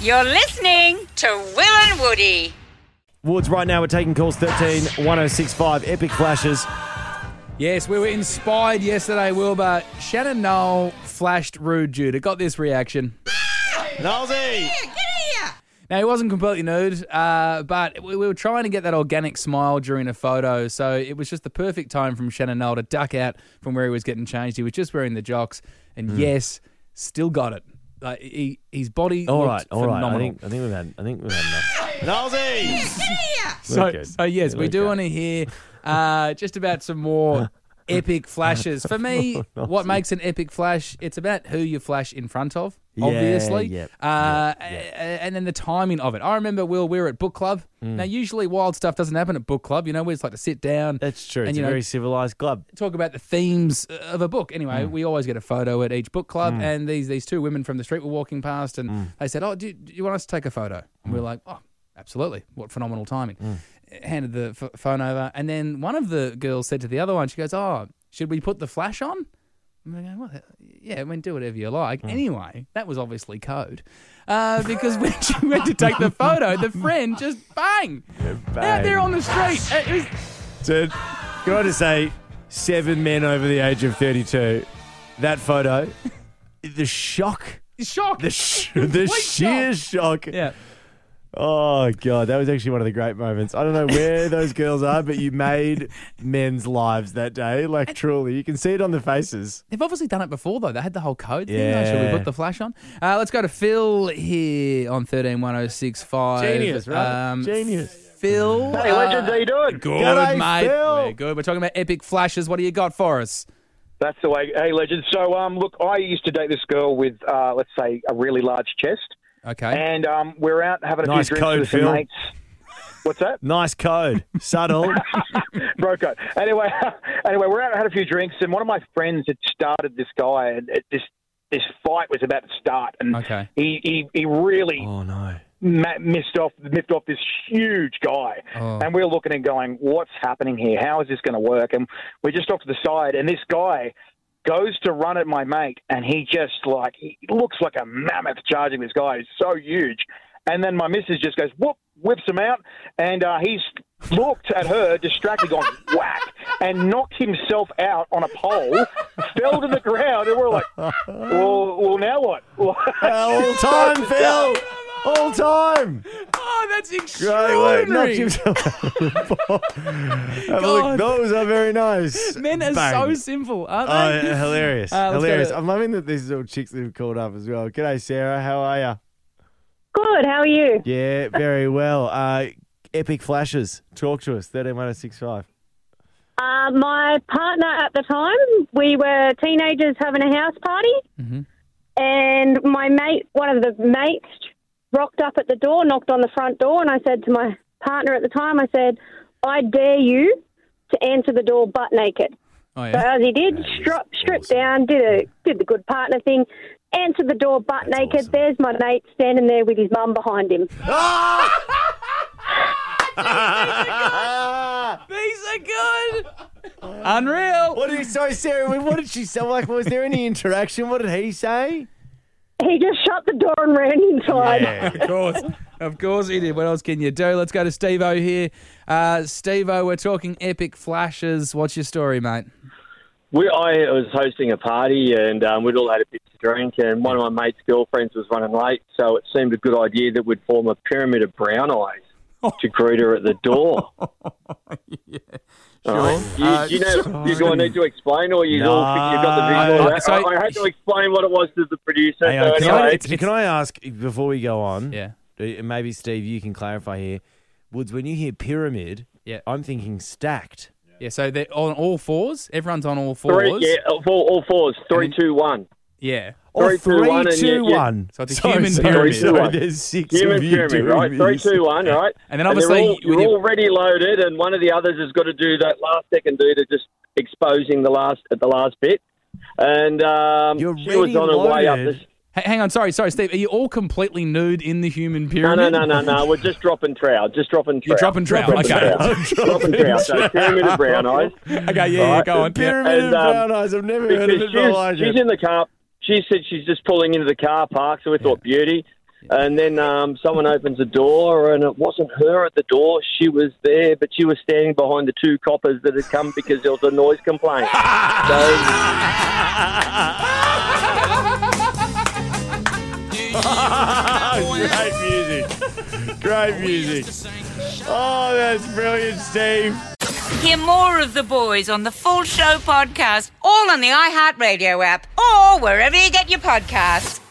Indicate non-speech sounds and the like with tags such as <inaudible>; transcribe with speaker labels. Speaker 1: You're listening to Will and Woody.
Speaker 2: Woods, right now we're taking calls 13 1065. Epic flashes.
Speaker 3: Yes, we were inspired yesterday, Wilbur. Shannon Noel flashed Rude Jude. It got this reaction.
Speaker 2: Nosey!
Speaker 3: Now, he wasn't completely nude, uh, but we, we were trying to get that organic smile during a photo. So it was just the perfect time from Shannon Noel to duck out from where he was getting changed. He was just wearing the jocks, and
Speaker 2: Hmm.
Speaker 3: yes, still got it. Like he, his body
Speaker 2: All
Speaker 3: looked
Speaker 2: right, all right.
Speaker 3: phenomenal.
Speaker 2: I think, I think we've had, I think we've had enough. Nosey!
Speaker 3: <laughs> so,
Speaker 2: good.
Speaker 3: so yes,
Speaker 2: Yeah,
Speaker 3: we
Speaker 2: look
Speaker 3: do
Speaker 2: good.
Speaker 3: want to hear uh, just about
Speaker 2: <laughs>
Speaker 3: some more epic flashes. For me, what makes an epic flash? It's about who you flash in front of,
Speaker 2: Yeah,
Speaker 3: obviously.
Speaker 2: yep,
Speaker 3: uh, a- a- And then the timing of it. I remember, Will, we were at book club.
Speaker 2: Mm.
Speaker 3: Now, usually wild stuff doesn't happen at book club. You know, we just like to sit down.
Speaker 2: That's true.
Speaker 3: And,
Speaker 2: It's
Speaker 3: you
Speaker 2: a
Speaker 3: know,
Speaker 2: very civilized club.
Speaker 3: talk about the themes of a book.
Speaker 2: Mm.
Speaker 3: Anyway, we always get a photo at each book club, and these these two women from the street were walking past, and
Speaker 2: Mm.
Speaker 3: they said, "Oh, do, do you want us to take a photo?" And we are like, "Oh, absolutely! What phenomenal timing!"
Speaker 2: Mm.
Speaker 3: Handed the f- phone over, and then one of the girls said to the other one, "She goes, oh, should we put the flash on?" And we're going, well, yeah, I mean, do whatever you like.
Speaker 2: Mm.
Speaker 3: Anyway, that was obviously code. Uh, because when she went to take the photo, the friend just bang, out there on the street. It was,
Speaker 2: Dude, can I just say, seven men over the age of 32. That photo, <laughs> the shock, <laughs>
Speaker 3: shock.
Speaker 2: the, sh- the
Speaker 3: Complete
Speaker 2: sheer shock.
Speaker 3: yeah.
Speaker 2: Oh, God. That was actually one of the great moments. I don't know
Speaker 3: <laughs>
Speaker 2: where those girls are, but you made men's lives that day. Like, truly. You can see it on the faces.
Speaker 3: They've obviously done it before, though. They had the whole code thing. Though. Should
Speaker 2: Yeah.
Speaker 3: we put the flash on? Uh, let's go to Phil here on 131065.
Speaker 2: Genius, right? Genius.
Speaker 3: Um, Phil. Hey,
Speaker 4: Legend, how you doing?
Speaker 3: good,
Speaker 2: G'day,
Speaker 3: mate.
Speaker 2: Phil.
Speaker 3: We're good. We're talking about epic flashes. What do you got for us?
Speaker 4: That's the way. Hey, Legend. So, um, look, I used to date this girl with, uh, let's say, a really large chest,
Speaker 3: Okay.
Speaker 4: and um, we're out having a
Speaker 2: Nice
Speaker 4: few drinks
Speaker 2: code,
Speaker 4: with some
Speaker 2: Phil.
Speaker 4: mates. What's that?
Speaker 2: Nice code. Subtle.
Speaker 4: Broco. Anyway, <laughs> anyway, we're out. Had a few drinks, and one of my friends had started this guy, and it, this this fight was about to start, and
Speaker 3: Okay.
Speaker 4: he, he he really
Speaker 2: <laughs> oh, no.
Speaker 4: ma- missed off missed off this huge guy,
Speaker 3: Oh.
Speaker 4: and we were looking and going, "What's happening here? How is this going to work?" And we just off to the side, and this guy goes to run at my mate, and he just like he looks like a mammoth charging this guy. He's so huge, and then my missus just goes, "Whoop!" whips him out, and uh, he's looked at her distracted, going whack, and knocked himself out on a pole, fell to the ground, and we're like, "Well, well, now what?" <laughs>
Speaker 2: All time, Phil. All time.
Speaker 3: Oh, that's
Speaker 2: Great work. Knocked
Speaker 3: extraordinary.
Speaker 2: himself out
Speaker 3: <laughs>
Speaker 2: of the ball. Have a look.
Speaker 3: God.
Speaker 2: Those are very nice.
Speaker 3: <laughs> Men are so
Speaker 2: Bang.
Speaker 3: simple, <laughs>
Speaker 2: Oh,
Speaker 3: aren't they?
Speaker 2: yeah, hilarious.
Speaker 3: Uh, let's go
Speaker 2: hilarious.
Speaker 3: to-
Speaker 2: I'm loving that these little chicks that have called up as well. G'day, Sarah. How are
Speaker 5: Good. How are you?
Speaker 2: you? Yeah, very well. Uh, epic flashes. Talk to us. <laughs>
Speaker 3: <laughs>
Speaker 2: 131065.
Speaker 5: Uh, my partner at the time, we were teenagers having a house party,
Speaker 3: Mhm.
Speaker 5: and my mate, one of the mates, rocked up at the door, knocked on the front door, and I said to my partner at the time, I said, "I dare you to answer the door butt naked."
Speaker 3: Oh,
Speaker 5: So
Speaker 3: yeah.
Speaker 5: as he did, strop, stripped down, did a did the good partner thing, answered the door butt naked. There's my mate standing there with his mum behind him.
Speaker 2: Ah!
Speaker 3: These are good. Unreal.
Speaker 2: what did he say, Sarah? What did she say? Like, was there any interaction? What did he say?
Speaker 5: He just shut the door and ran inside.
Speaker 3: Of course. Of course he did. What else can you do? Let's go to Steve O here. Uh, Steve O, we're talking epic flashes. What's your story, mate?
Speaker 6: We, I was hosting a party and um, we'd all had a bit to drink, and one of my mate's girlfriends was running late, so it seemed a good idea that we'd form a pyramid of brown eyes
Speaker 2: <laughs>
Speaker 6: to greet her at the door. All right. You,
Speaker 2: Uh,
Speaker 6: you know, you're going to need to explain, or you all think you've got the
Speaker 2: No.
Speaker 6: visual. I,
Speaker 3: So-
Speaker 6: I, I had to explain what it was to the producer.
Speaker 2: Hang
Speaker 6: so
Speaker 2: on, uh, can, I,
Speaker 6: anyway,
Speaker 2: can I ask before we go on?
Speaker 3: Yeah.
Speaker 2: uh, Maybe Steve, you can clarify here. Woods, when you hear pyramid,
Speaker 3: Yeah.
Speaker 2: I'm thinking stacked.
Speaker 3: Yeah, so they're on all fours. Everyone's on all fours.
Speaker 6: three, yeah, all four, all fours, three, two, one.
Speaker 3: Yeah.
Speaker 2: Or
Speaker 6: Three, two,
Speaker 2: Oh, three,
Speaker 6: one, and
Speaker 2: two,
Speaker 6: you- you-
Speaker 2: one.
Speaker 3: So it's a
Speaker 2: Sorry,
Speaker 3: human
Speaker 2: sorry,
Speaker 3: pyramid.
Speaker 2: sorry,
Speaker 6: Right.
Speaker 2: there's six
Speaker 6: Human
Speaker 2: of you
Speaker 6: pyramid,
Speaker 2: doing
Speaker 3: <laughs>
Speaker 6: right? Three,
Speaker 2: this.
Speaker 6: two, one, all right?
Speaker 3: And then
Speaker 6: they're
Speaker 3: obviously
Speaker 6: all,
Speaker 3: you-
Speaker 6: you're
Speaker 3: you-
Speaker 6: already loaded, and one of the others has got to do that last second do to just exposing the last at the last bit. And um,
Speaker 2: You're
Speaker 6: she was
Speaker 2: already
Speaker 6: on her way up.
Speaker 2: loaded?
Speaker 6: This,
Speaker 3: H- hang on, sorry, sorry, Steve. Are you all completely nude in the human
Speaker 6: no,
Speaker 3: pyramid?
Speaker 6: no, no, no, no. We're just dropping trout. Just dropping trout.
Speaker 3: You're dropping trout.
Speaker 6: Dropping
Speaker 3: Okay.
Speaker 6: trout.
Speaker 3: <laughs>
Speaker 6: dropping trout. So pyramid of brown eyes.
Speaker 3: <laughs> Okay, yeah, yeah, go on. Yeah.
Speaker 2: Pyramid and,
Speaker 6: And, um,
Speaker 2: brown eyes. I've
Speaker 6: <laughs>
Speaker 2: never heard
Speaker 6: Because
Speaker 2: of it in my life.
Speaker 6: she's, she's in the car. She said she's just pulling into the car park, so we thought beauty. And then um, someone opens the door, and it wasn't her at the door. She was there, but she was standing behind the two coppers that had come because there was a noise complaint. so,
Speaker 2: Great music. <laughs> Great music. Oh, that's brilliant, Steve.
Speaker 1: Hear more of the boys on the Full Show podcast, all on the iHeartRadio app or wherever you get your podcasts.